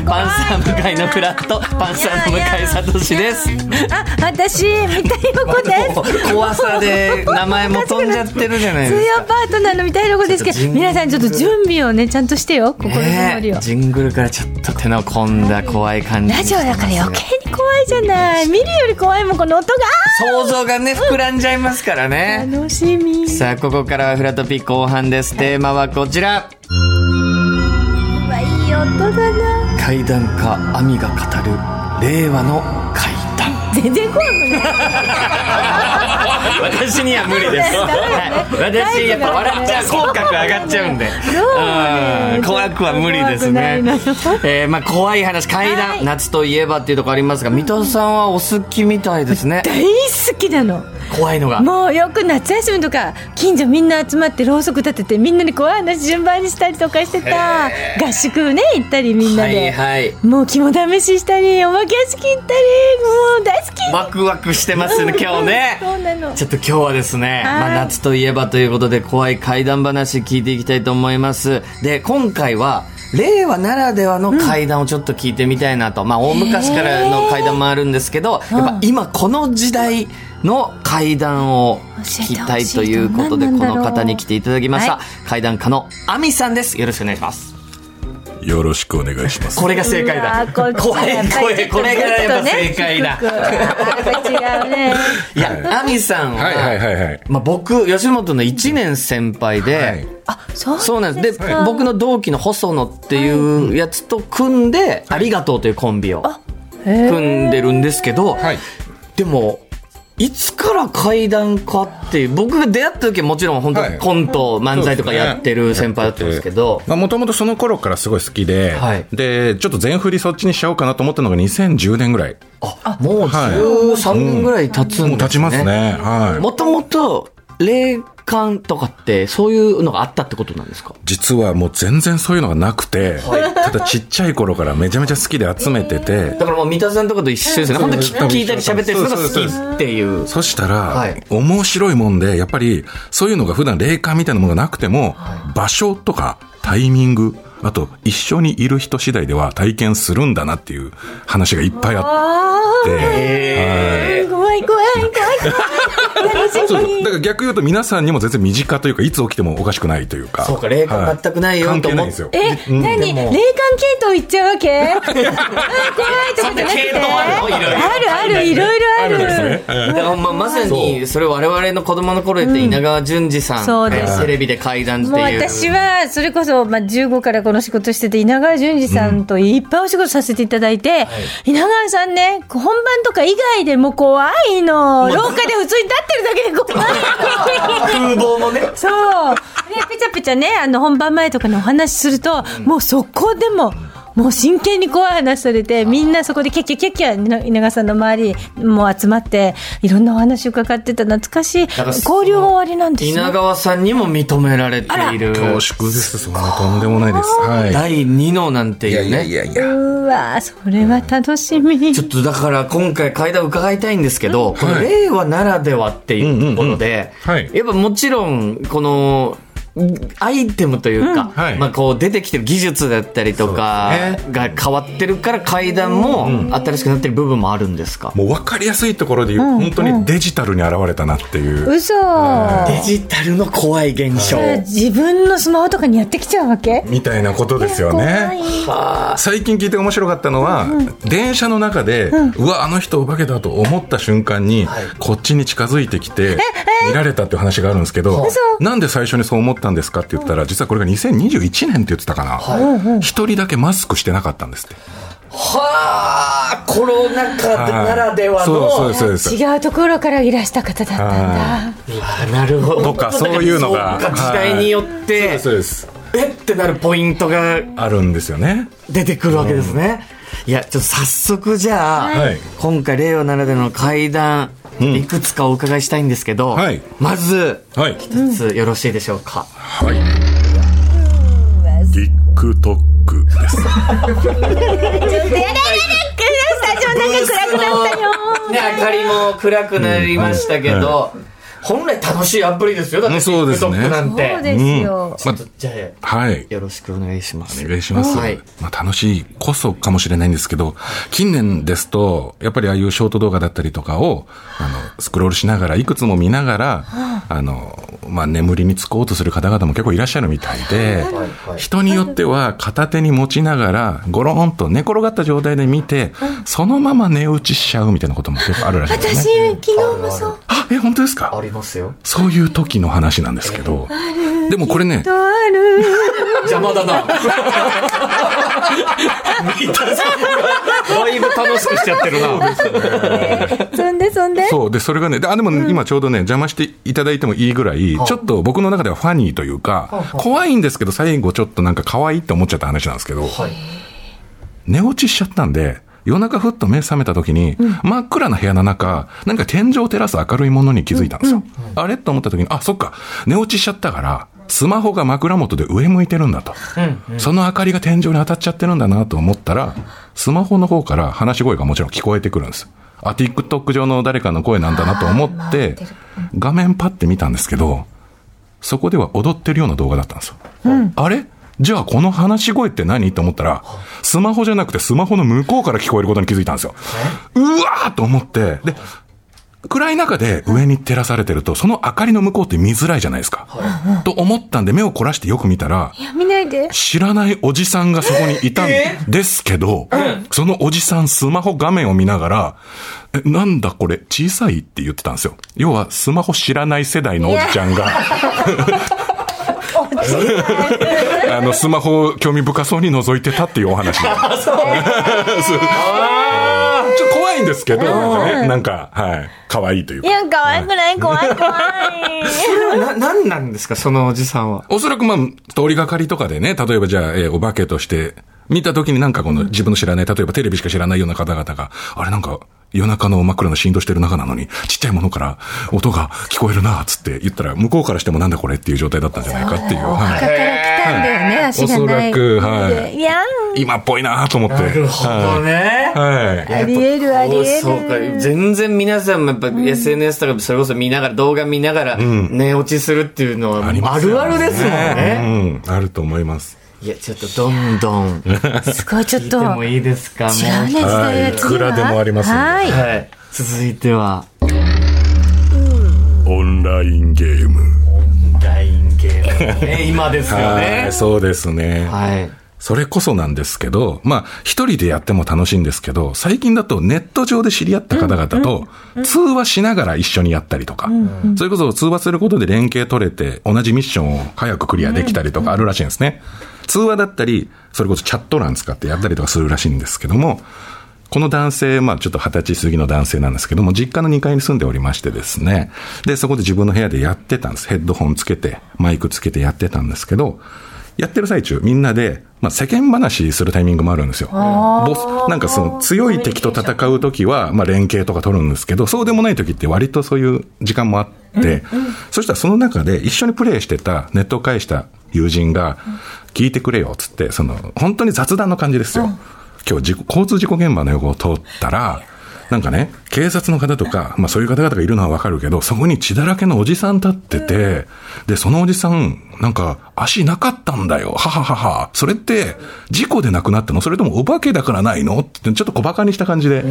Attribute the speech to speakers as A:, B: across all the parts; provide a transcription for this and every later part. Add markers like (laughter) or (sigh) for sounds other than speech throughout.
A: 向井のフラットパンサーの向井聡です
B: あ、私、三田陽子
A: も
B: です。
A: う怖さで名前も飛んじゃってるじゃない
B: 通
A: です
B: 用パートナーの三田陽子ですけ
A: ちょっとジング
B: ど、
A: ル
B: 皆さんちょっと準備をね、ちゃんとしてよ。心
A: か、
B: づもりを。
A: ね、ジングルからちょっと手の込んだ怖い感じ
B: ラジオだから余計に怖いじゃない。見るより怖いもん、この音が。
A: 想像がね膨らんじゃいますから
B: あ
A: ね
B: ー楽しみ。
A: さあここからはフラトピー後半ですテーマはこちら
B: うわいい音だな。
A: 怪談家亜美が語る令和の怪談
B: 全然怖くない。
A: 私には無理です。
B: (laughs) ダメ
A: はい私やっぱ笑っちゃう、口角上がっちゃうんで。
B: うね
A: うん怖くは無理ですね
B: 怖くない。
A: えーまあ怖い話、怪
B: は
A: 談、
B: い
A: 夏といえばっていうとこありますが、水戸さんはお好きみたいです
B: (laughs)
A: ね。
B: 大好きなの。
A: 怖いのが。
B: もうよく夏休みとか近所みんな集まってろうそく立ててみんなに怖い話順番にしたりとかしてた合宿ね行ったりみんな
A: は
B: で、
A: いはい。
B: もう肝試ししたりお化け屋敷行ったりもう大好き
A: ワクワクしてますね、今日
B: そう
A: ね。
B: なの
A: ちょっと今日はですね、
B: はい
A: まあ、夏といえばということで怖い怪談話聞いていきたいと思います。で、今回は、令和ならではの怪談をちょっと聞いてみたいなと。まあ、大昔からの怪談もあるんですけど、やっぱ今この時代の怪談を聞きたいということで、
B: 教えてほしい
A: こ
B: な
A: の方に来ていただきました。
B: は
A: 怪談家のアミさんです。よろしくお願いします。
C: よろしくお願いします。
A: これが正解だ。
B: うわーこっ
A: 怖
B: ちやっ
A: い
B: ぱり
A: 声、これがやっぱ正解だ
B: ちょ。っとね低くあーやっぱ違うね
A: いや、アミさんは、
C: はいはいはいはい。
A: まあ、僕吉本の1年先輩で、
C: はい
B: あそう
A: そうなんですで、
B: か
A: 僕の同期の細野っていうやつと組んで「ありがとう」というコンビを
B: へー
A: 組んでるんですけど、
C: はい。
A: でもいつから怪談かっていう僕が出会った時はもちろん本当
C: はい
A: コント、漫才とかやってる先輩だったんですけど、
C: まあ、もともとその頃からすごい好きで、
A: はい
C: で、ちょっと全振りそっちにしちゃおうかなと思ったのが2010年ぐらい。
A: あもう13年ぐらい経つ
C: も
A: ん
C: う
A: で
C: 経
A: す
C: ちます
A: ね。
C: ね。はい。
A: もともと霊感とかってそういうのがあったってことなんですか
C: 実はもう全然そういうのがなくて、ただちっちゃい頃からめちゃめちゃ好きで集めてて、
A: だからもう三田さんとかと一緒ですよね。本当に
C: 多分
A: 聞いたり喋ったりするのが
C: そうです
A: 好きっていう。
C: そしたら、
A: はい
C: 面白いもんで、やっぱり、そういうのが普段霊感みたいなものがなくても、場所とかタイミング、あと、一緒にいる人次第では体験するんだなっていう話がいっぱいあっ
B: あ
C: て、
B: ー怖い怖い怖い怖い楽し
C: そう
B: み
C: だから逆言うと皆さんにも全然身近というかいつ起きてもおかしくないというか
A: そうか霊感
C: はい
A: 全くないよと思っ
C: 関係ないんですよ
B: え、何霊感系統いっちゃうわ
A: (laughs)
B: けうん怖いとかじゃなくて
A: そんな系統あるのいろいろ
B: あるあるいろいろある
A: だからまあまさにそれ我々の子供の頃やって稲川淳二さん、
B: そうです
A: テレビで怪談って
B: もう
A: いう
B: 私はそれこそ、まあ、15からこの仕事してて稲川淳二さんといっぱいお仕事させていただいて、稲川さんね本番とか以外でも怖いの廊下で普通に立ってるだけで怖い
A: 風 (laughs) 貌もね
B: そうでぺちゃぺちゃねあの本番前とかのお話しすると、もうそこでももう真剣に怖い話されてみんなそこでキャッキャッキャッキャ稲川さんの周りもう集まっていろんなお話伺ってた懐かしい
A: から
B: 交流が終わりなんですよ
A: 稲川さんにも認められている
C: 恐縮ですそんなとんでもないですは
A: 第2のなんて
C: いい
A: いうね
C: やいや
B: うわそれは楽しみ。
A: ちょっとだから今回階段伺いたいんですけど、この
C: はい
A: 令和ならではっていうところで、
C: うんうんうんはい
A: やっぱもちろん、この、アイテムというか、
C: はい
A: まあこう出てきてる技術だったりとか
C: そうです
A: が変わってるから階段も新しくなってる部分もあるんですか、
C: もう分かりやすいところで言う、本当にデジタルに現れたなっていう、
B: 嘘。
A: デジタルの怖い現象。
B: 自分のスマホとかにやってきちゃうわけ。
C: みたいなことですよ
B: 怖
C: ね
B: い。
C: 最近聞いて面白かったのは、電車の中で、うわあの人お化けだと思った瞬間に、こっちに近づいてきて見られたっていう話があるんですけどなんで最初にそう思ったんですかって言ったら実はこれが2021年って言ってたかな一人だけマスクしてなかったんですって
A: はあ、コロナ禍
C: はい
A: ならではの。
C: そうですそうですそうです
B: 違うところからいらした方だったんだ。
A: うわなるほど。
C: とかそういうのが
A: そうか時代によって、
C: そうですそうです
A: えってなるポイントが
C: あるんですよね
A: 出てくるわけですね。いや、ちょっと早速じゃあ、
C: はい
A: 今回令和ならではの会談、
C: ん
A: いくつかお伺いしたいんですけど、
C: はい
A: まず、
C: はい
A: 一つよろしいでしょうか。
C: はい TikTok です
B: スタジオなんか暗くなったよ。
A: ね、明かりも暗くなりましたけど、本来楽しいアプリですよ。だって、
C: うんそうですね
A: TikTok なんて。
B: そうですよ。
A: ちょっとじゃあ、
C: はい。
A: よろしくお願いします。
C: お願いします。
A: はい
C: まあ、楽しいこそかもしれないんですけど、近年ですと、やっぱりああいうショート動画だったりとかを、あの、スクロールしながら、いくつも見ながら、あの、まあ、眠りにつこうとする方々も結構いらっしゃるみたいで、人によっては片手に持ちながら、ゴロンと寝転がった状態で見て、そのまま寝落ちしちゃうみたいなことも結構あるらしいです
B: 私
C: ね。、
B: 昨日もそう。
C: あ、え、本当です
A: あ
C: か
A: りますよ。
C: そういう時の話なんですけど、でもこれね、
B: とある。
A: 邪魔だ (laughs) な。だいぶ楽しくしちゃってるな。
B: そんで、そんで。
C: そう。で、それがね、であ、でもね今ちょうどね、邪魔していただいてもいいぐらい、ちょっと僕の中ではファニーというか、怖いんですけど、最後ちょっとなんか可愛いって思っちゃった話なんですけど、
A: はい。
C: 寝落ちしちゃったんで、夜中ふっと目覚めた時に、真っ暗な部屋の中、なんか天井を照らす明るいものに気づいたんですよ。あれと思った時に、あ、そっか、寝落ちしちゃったから、スマホが枕元で上向いてるんだと。その明かりが天井に当たっちゃってるんだなと思ったら、スマホの方から話し声がもちろん聞こえてくるんです。あ、TikTok 上の誰かの声なんだなと思って、画面パッて見たんですけど、そこでは踊ってるような動画だったんですよ。あれじゃあこの話し声って何と思ったら、スマホじゃなくてスマホの向こうから聞こえることに気づいたんですよ。うわーと思って、で、暗い中で上に照らされてると、その明かりの向こうって見づらいじゃないですか。と思ったんで目を凝らしてよく見たら、
B: いや、見ないで。
C: 知らないおじさんがそこにいたんですけど、そのおじさんスマホ画面を見ながら、え、なんだこれ小さいって言ってたんですよ。要はスマホ知らない世代のおじちゃんが、 (laughs) あの、スマホを興味深そうに覗いてたっていうお話。 (laughs) そうちょっと怖いんですけど、なんかね、なんか、はい、可愛いという
B: い
C: か。
B: や、可愛くない、怖い、怖い。
A: な、なんなんですか、そのおじさんは。
C: おそらくまあ、通りがかりとかでね、例えばじゃあ、えーお化けとして、見た時になんかこの自分の知らない、例えばテレビしか知らないような方々が、あれなんか、夜中の真っ暗な振動してる中なのに、ちっちゃいものから音が聞こえるな、つって言ったら、向こうからしてもなんだこれっていう状態だったんじゃないかっていう。
B: だ
C: は
B: か
C: い、
B: ら来たんだよね、足がない。
C: おそらくはい
B: いや
C: 今っぽいなと思って。は
A: ね
C: い。。はい。
B: ありえる、あり
A: そう
B: え
A: そうか
B: る。
A: 全然皆さんもやっぱ SNS とかそれこそ見ながら、動画見ながら寝落ちするっていうのは
C: あり
A: あ
C: ますよ
A: るあるですもんね。
C: うん、あると思います。
A: いや、ちょっとどんどん
B: すごい、ちょっ
A: で
B: と。
A: もいいですか、も
B: 違うね、
A: う。
B: 時代は違う。
C: いくらでもありますんで
B: はい。
A: はい。続いては、
C: オンラインゲーム。
A: ラインゲーム。ね、今ですよ
C: は
A: ね
C: い、。そうですね。
A: はい。
C: それこそなんですけど、まあ、一人でやっても楽しいんですけど、最近だとネット上で知り合った方々と、通話しながら一緒にやったりとか、それこそ通話することで連携取れて、同じミッションを早くクリアできたりとかあるらしいんですね。通話だったり、それこそチャット欄使ってやったりとかするらしいんですけども、この男性、まあちょっと二十歳過ぎの男性なんですけども、実家の2階に住んでおりましてですね、で、そこで自分の部屋でやってたんです。ヘッドホンつけて、マイクつけてやってたんですけど、やってる最中、みんなで、まあ世間話するタイミングもあるんですよ。ボス、なんかその強い敵と戦う時は、まあ連携とか取るんですけど、そうでもない時って割とそういう時間もあって、そしたらその中で一緒にプレイしてた、ネットを介した友人が、聞いてくれよ、つって、その、本当に雑談の感じですよ。今日事故交通事故現場の横を通ったら、なんかね、警察の方とか、まあそういう方々がいるのはわかるけど、そこに血だらけのおじさん立ってて、で、そのおじさん、なんか、足なかったんだよ。はははは。それって、事故でなくなったのそれともお化けだからないのって、ちょっと小馬鹿にした感じで、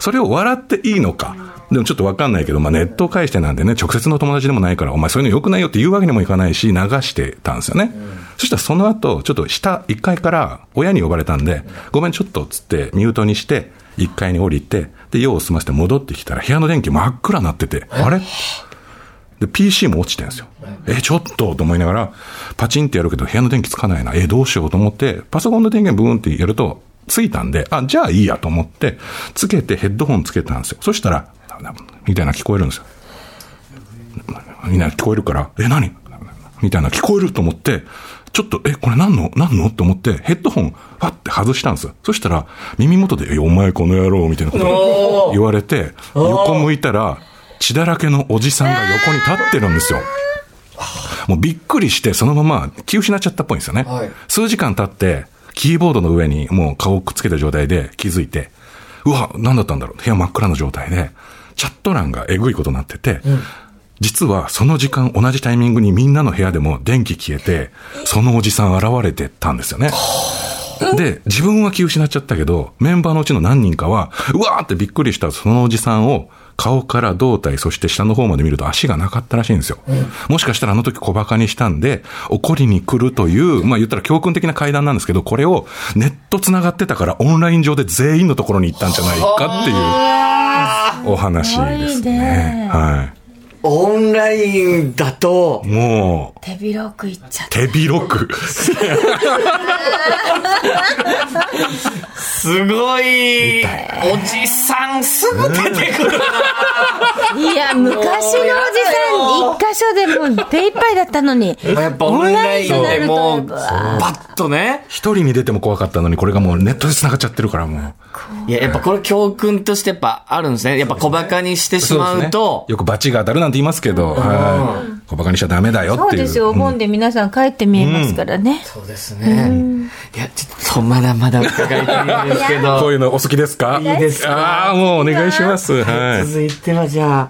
C: それを笑っていいのか。でもちょっとわかんないけど、まあネットを介してなんでね、直接の友達でもないから、お前そういうの良くないよって言うわけにもいかないし、流してたんですよね。そしたらその後、ちょっと下、1階から親に呼ばれたんで、ごめんちょっとっつってミュートにして、1階に降りて、で、用を済ませて戻ってきたら、部屋の電気真っ暗になってて、あれで、PC も落ちてるんですよ。え、ちょっとと思いながら、パチンってやるけど部屋の電気つかないな。え、どうしようと思って、パソコンの電源ブーンってやると、ついたんで、あ、じゃあいいやと思って、つけてヘッドホンつけたんですよ。そしたら、みたいな聞こえるんですよ。みんな聞こえるから、え、何みたいな聞こえると思って、ちょっと、え、これ何の何のと思って、ヘッドホン、パって外したんですよ。そしたら、耳元で、え、お前この野郎みたいなこと言われて、横向いたら、血だらけのおじさんが横に立ってるんですよ。もうびっくりして、そのまま気失っちゃったっぽいんですよね。
A: はい
C: 数時間経って、キーボードの上にもう顔をくっつけた状態で気づいて、うわ、何だったんだろう。部屋真っ暗な状態で、チャット欄がえぐいことになってて、実はその時間同じタイミングにみんなの部屋でも電気消えて、そのおじさん現れてたんですよね。 (laughs) で、自分は気を失っちゃったけど、メンバーのうちの何人かは、うわーってびっくりしたそのおじさんを、顔から胴体、そして下の方まで見ると足がなかったらしいんですよ。もしかしたらあの時小馬鹿にしたんで、怒りに来るという、まあ言ったら教訓的な会談なんですけど、これをネット繋がってたからオンライン上で全員のところに行ったんじゃないかっていうお話ですね。は
A: オンラインだと
C: い。、もう、
B: 手広くいっちゃった。
C: 手広く。
A: すごい、おじさんすぐ出てくる。
B: いや、昔のおじさん、一箇所でもう手一杯だったのに。
A: やっぱオンライン
B: オンライ
A: で
B: ンになると
A: もう、
B: やっ
A: バッとね。
C: 一人に出ても怖かったのに、これがもうネットで繋がっちゃってるからもう。
A: いや、やっぱこれ教訓としてやっぱあるんですね。やっぱ小馬鹿にしてしま
C: そうですね
A: と、
C: よく罰が当たるなんて言いますけど、はい。小馬鹿にしちゃダメだよっていう。
B: そうですよ、お
C: ん
B: 盆で皆さん帰って見えますからね。
A: そうですね。いや、ちょっとまだまだ伺いたいんですけ
C: こう
A: ど、
C: いうのお好きですか
A: いいですか
C: ああ、もうお願いします。はい。
A: 続いてはじゃ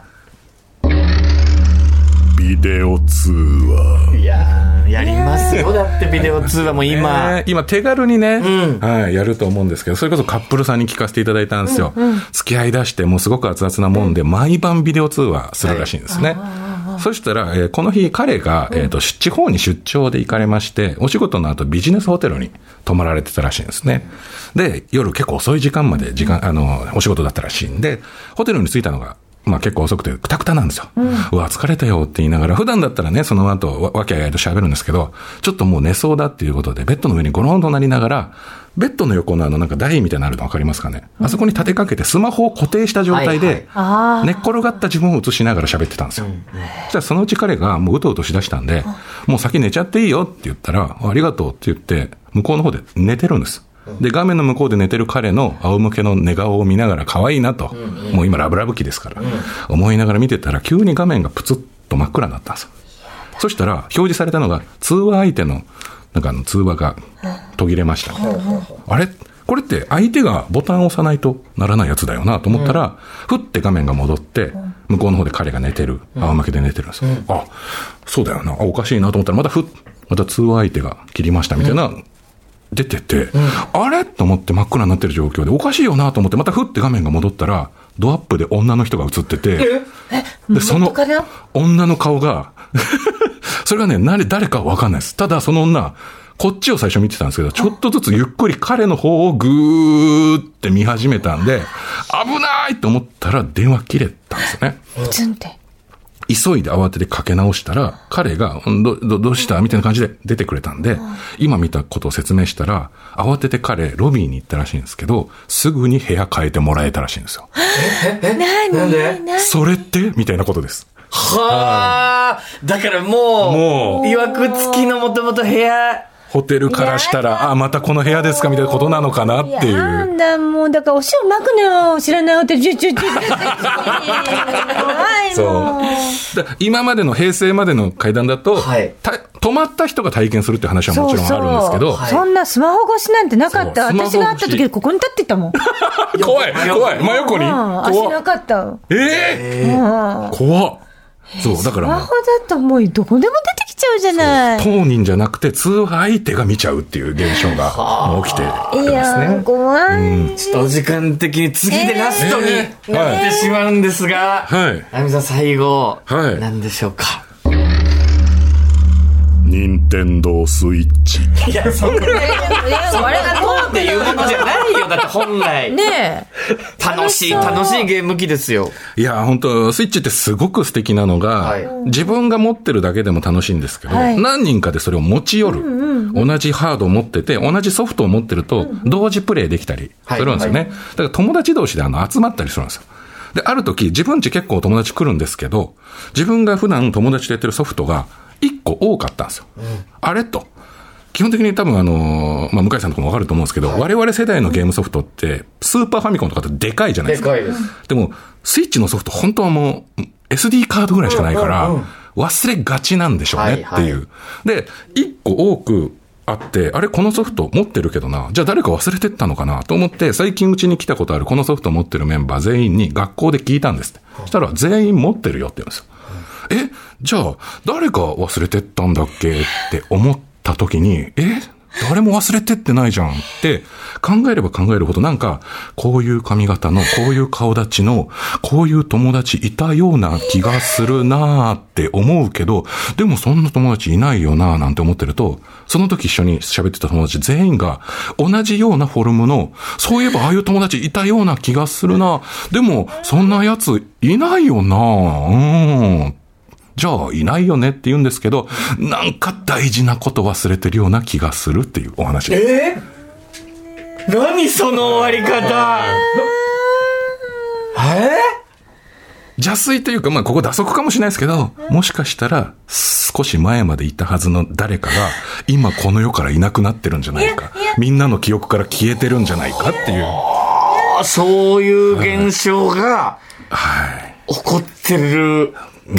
C: ビデオ通話。
A: あ、いやーやりますよ。だってビデオ通話も今、
C: ね今手軽にね、はい、やると思うんですけど、それこそカップルさんに聞かせていただいたんですよ。付き合い出して、もうすごく熱々なもんで、毎晩ビデオ通話するらしいんですね。そしたら、えーこの日彼が、えー、と出地方に出張で行かれまして、お仕事の後ビジネスホテルに泊まられてたらしいんですね。で、夜結構遅い時間まで時間、あの、お仕事だったらしいんで、ホテルに着いたのがまあ結構遅くて、くたくたなんですよ。うわ、疲れたよって言いながら、普段だったらね、その後、わわけあいあいと喋るんですけど、ちょっともう寝そうだっていうことで、ベッドの上にゴロンとなりながら、ベッドの横のあのなんか台みたいなのあるのわかりますかね、あそこに立てかけてスマホを固定した状態
A: はいはい
C: で、
B: あ
C: 寝っ転がった自分を映しながら喋ってたんですよ。そしたらそのうち彼がもううとうとしだしたんで、もう先寝ちゃっていいよって言ったら、ありがとうって言って、向こうの方で寝てるんです。で、画面の向こうで寝てる彼の仰向けの寝顔を見ながら可愛いなと、もう今ラブラブ期ですから、思いながら見てたら急に画面がプツッと真っ暗になったんですよ。そしたら表示されたのが通話相手のなんかあの通話が途切れました、あれこれって相手がボタンを押さないとならないやつだよなと思ったら、ふって画面が戻って、向こうの方で彼が寝てる。仰向けで寝てるんですよ。あ、そうだよな。あおかしいなと思ったら、またふっ、また通話相手が切りましたみたいな、出てて、あれと思って真っ暗になってる状況で、おかしいよなと思って、またふって画面が戻ったら、ドアップで女の人が映ってて、で、その
B: 元カレ
C: 女の顔が、 (laughs) それがね、な誰かはわかんないです。ただ、その女、こっちを最初見てたんですけど、ちょっとずつゆっくり彼の方をぐーって見始めたんで、危ないと思ったら電話切れたんですよね。
B: あ、ツンって。
C: 急いで慌ててかけ直したら、彼が、んど、ど、どうしたみたいな感じで出てくれたんで、今見たことを説明したら、慌てて彼、ロビーに行ったらしいんですけど、すぐに部屋変えてもらえたらしいんですよ。
B: 何
A: なんで
B: 何
C: それってみたいなことです。
A: はあ、だからも
C: も
A: う、
C: う
A: いわくつきのもともと部屋、
C: ホテルからした
B: や
C: ら、あ、またこの部屋ですかみたいなことなのかなって
B: い
C: い
B: やな。
C: う
B: んだ、もう、だから、お塩まくのよ。知らないホテル、ちゅちゅちゅちゅ。怖いもん。
C: そう。だ今までの平成までの階段だと、
A: はい
C: た泊まった人が体験するって話はもちろんあるんですけど、
A: はい
B: そんなスマホ越しなんてなかった。
C: そう
B: 私
C: スマ
B: が会
C: ホ
B: っ
C: 越した
B: 時、ここに立ってたもん。
C: 怖い、怖い、真横に。
B: うん足
C: 怖
B: な
C: っ
B: かった。
C: え
B: う
C: え
B: ん。
C: 怖っそう、だか
B: ス
C: ら
B: マ
C: もう
B: ホ、だともうどこでも出てきちゃうじゃない。
C: 当人じゃなくて通話相手が見ちゃうっていう現象がもう起きて
B: い
C: るんです
B: や
C: ね
B: ー、。怖い。
A: ちょっとお時間的に次でラストに
C: えー
A: なってしまうんですが、
C: はい
A: あみさん最後、
C: はい
A: 何でしょうか
C: 任天堂スイッチ。
A: いや、そんな、
B: いや
A: そんなこうっていうものじゃないよ。だって本来。
B: ねえ。
A: 楽しい、楽しいゲーム機ですよ。
C: いや、本当スイッチってすごく素敵なのが、
A: はい
C: 自分が持ってるだけでも楽しいんですけど、
B: はい
C: 何人かでそれを持ち寄る、同じハードを持ってて、同じソフトを持ってると、同時プレイできたり
A: はい
C: するんですよね。
A: は
C: だから友達同士であの集まったりするんですよ。で、ある時、自分家結構友達来るんですけど、自分が普段友達とやってるソフトが1個多かったんですよ。あれと。基本的に多分あのーまあ、向井さんとかもわかると思うんですけど、我々世代のゲームソフトって、スーパーファミコンとかってでかいじゃないですか。
A: いです。
C: でも、スイッチのソフト、本当はもう、SD カードぐらいしかないから、忘れがちなんでしょうねっていう。
A: はいは
C: で、一個多くあって、あれ、このソフト持ってるけどな、じゃあ誰か忘れてったのかなと思って、最近うちに来たことあるこのソフト持ってるメンバー全員に学校で聞いたんですって。そしたら、全員持ってるよって言うんですよ。え、じゃあ、誰か忘れてったんだっけって思った時に、え誰も忘れてってないじゃんって考えれば考えるほどなんかこういう髪型のこういう顔立ちのこういう友達いたような気がするなーって思うけどでもそんな友達いないよなーなんて思ってるとその時一緒に喋ってた友達全員が同じようなフォルムのそういえばああいう友達いたような気がするなーでもそんなやついないよなーうーんじゃあ、いないよねって言うんですけど、なんか大事なこと忘れてるような気がするっていうお話です。
A: えー、何その終わり方え
C: 邪推というか、まあ、ここ打足かもしれないですけど、もしかしたら、少し前までいたはずの誰かが、今この世からいなくなってるんじゃないか。みんなの記憶から消えてるんじゃないかっていう。
A: ーそういう現象が
C: はい。
A: 起こってる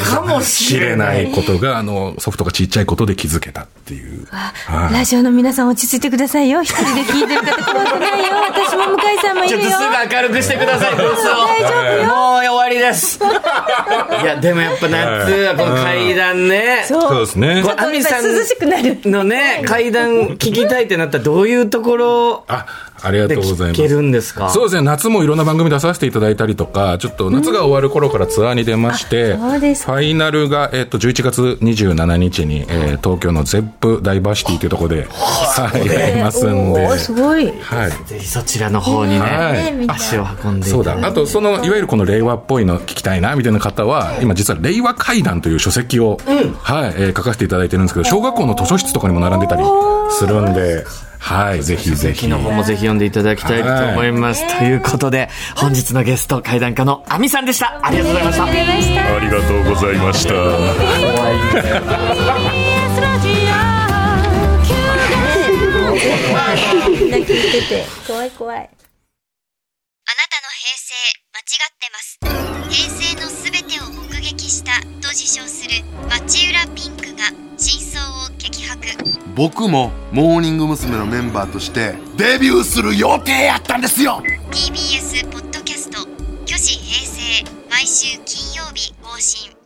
A: かもしれない。
C: 知れことが、あの、ソフトがちっちゃいことで気づけたっていう。はい
B: ラジオの皆さん落ち着いてくださいよ。一人で聞いてる方怖く
C: (laughs)
B: ないよ。私も向井さんもい
A: ちょっ
B: る
A: と
B: よ。
A: すぐ明るくしてください、ブースを。
B: 大丈夫よ
A: もう終わりです。いや、でもやっぱ夏はこの階段ね。
C: そう
B: そ
C: で
B: う。
C: すね
A: こ。れ亜美さん
B: 涼しくなる。
A: のね、階段聞きたいってなったらどういうところ
C: あ、ありがと
A: で
C: うご
A: 聞
C: ざいます
A: け。るんですか
C: そうですね夏もいろんな番組出させていただいたりとかちょっと夏が終わる頃からツアーに出まして、
B: あそうです
C: ファイナルが、えっと11月27日に、えー東京のゼップダイバーシティというところで、はい、やりますんで、
B: お
C: は
B: ーすごい。
C: い、
A: ぜひそちらの方にね、
C: はい
B: みんな
A: 足を運んでい
C: そう
A: ただい
C: だ
A: て
C: あとそのいわゆるこの令和っぽいの聞きたいなみたいな方は今実は「令和怪談」という書籍を、はいえー書かせていただいてるんですけど小学校の図書室とかにも並んでたりするんで、はい、ぜひぜひ
A: 昨日もぜひ読んでいただきたいと思います。ということで、本日のゲスト、怪談家のあみさんでした。ありがとうございました。
D: ありがとうございました。
B: なんか言ってて、怖い怖い。
E: あなたの平成間違ってます平成のすべてを目撃したと自称する町浦ピンクが真相を激白
F: 僕もモーニング娘。のメンバーとしてデビューする予定やったんですよ
E: TBS ポッドキャスト「巨子平成」毎週金曜日更新